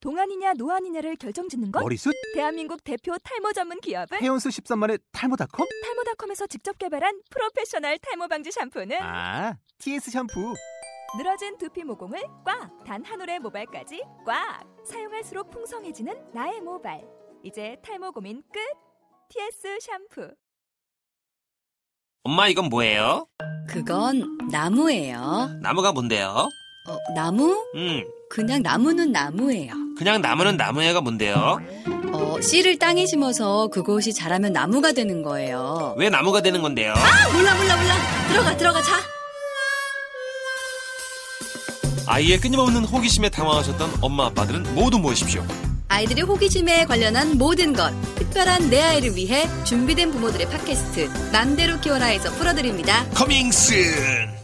동안이냐 노안이냐를 결정짓는 건 머리숱? 대한민국 대표 탈모 전문 기업은 헤어스 13만의 탈모닷컴? 탈모닷컴에서 직접 개발한 프로페셔널 탈모 방지 샴푸는 아, TS 샴푸. 늘어진 두피 모공을 꽉 단 한 올의 모발까지 꽉 사용할수록 풍성해지는 나의 모발 이제 탈모 고민 끝 TS 샴푸 엄마 이건 뭐예요? 그건 나무예요. 나무가 뭔데요? 어, 나무? 음, 그냥 나무는 나무예요. 그냥 나무는 나무애가 뭔데요? 어, 씨를 땅에 심어서 그곳이 자라면 나무가 되는 거예요. 왜 나무가 되는 건데요? 아, 몰라, 몰라, 몰라. 들어가, 들어가, 자. 아이의 끊임없는 호기심에 당황하셨던 엄마 아빠들은 모두 모이십시오. 아이들의 호기심에 관련한 모든 것, 특별한 내 아이를 위해 준비된 부모들의 팟캐스트, 맘대로 키워라에서 풀어드립니다. 커밍슨!